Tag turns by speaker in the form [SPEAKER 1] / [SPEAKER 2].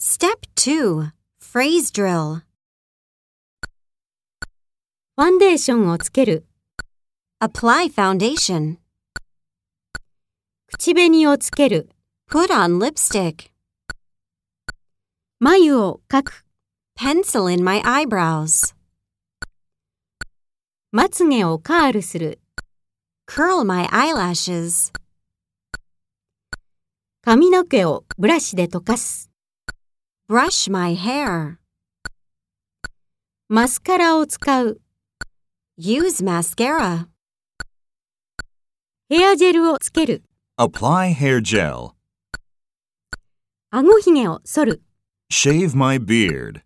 [SPEAKER 1] Step 2 Phrase Drill
[SPEAKER 2] ファンデーションをつける、
[SPEAKER 1] Apply foundation.
[SPEAKER 2] 口紅をつける、
[SPEAKER 1] Put on lipstick.
[SPEAKER 2] 眉を描く、
[SPEAKER 1] Pencil in my eyebrows.
[SPEAKER 2] まつげをカールする、
[SPEAKER 1] Curl my eyelashes.
[SPEAKER 2] 髪の毛をブラシで溶かす、
[SPEAKER 1] Brush my hair.
[SPEAKER 2] マスカラを使う、
[SPEAKER 1] Use mascara.
[SPEAKER 2] ヘアジェルをつける、
[SPEAKER 3] Apply hair gel.
[SPEAKER 2] あごひげを剃る。
[SPEAKER 3] Shave my beard.